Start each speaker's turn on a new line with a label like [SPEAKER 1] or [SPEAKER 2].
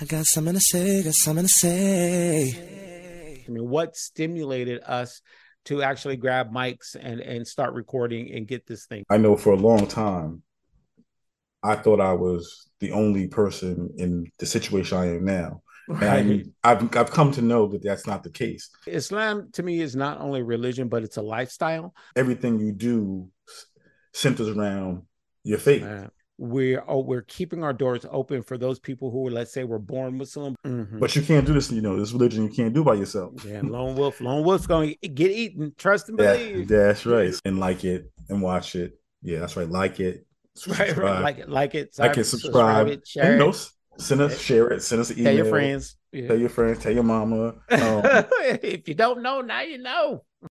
[SPEAKER 1] I got something to say, got something to say.
[SPEAKER 2] I mean, what stimulated us to actually grab mics and and start recording and get this thing?
[SPEAKER 3] I know for a long time, I thought I was the only person in the situation I am now. And I, I've I've come to know that that's not the case.
[SPEAKER 2] Islam to me is not only religion, but it's a lifestyle.
[SPEAKER 3] Everything you do s- centers around your faith.
[SPEAKER 2] Uh, we're oh, we're keeping our doors open for those people who, let's say, were born Muslim. Mhm.
[SPEAKER 3] But you can't do this, you know, this religion you can't do by yourself.
[SPEAKER 2] yeah, lone wolf, lone wolf's going to get eaten. Trust and
[SPEAKER 3] Yeah,
[SPEAKER 2] believe.
[SPEAKER 3] that's right. And like it and watch it. Yeah, that's right. Like it.
[SPEAKER 2] Right,
[SPEAKER 3] Subscribe.
[SPEAKER 2] right. Like it, like it,
[SPEAKER 3] Like it, subscribe.
[SPEAKER 2] it, share
[SPEAKER 3] And
[SPEAKER 2] it,
[SPEAKER 3] no, send us, share it, send us an email.
[SPEAKER 2] tell your friends. Yeah.
[SPEAKER 3] Tell your friends, tell your mama. Um,
[SPEAKER 2] if you don't know, now you know.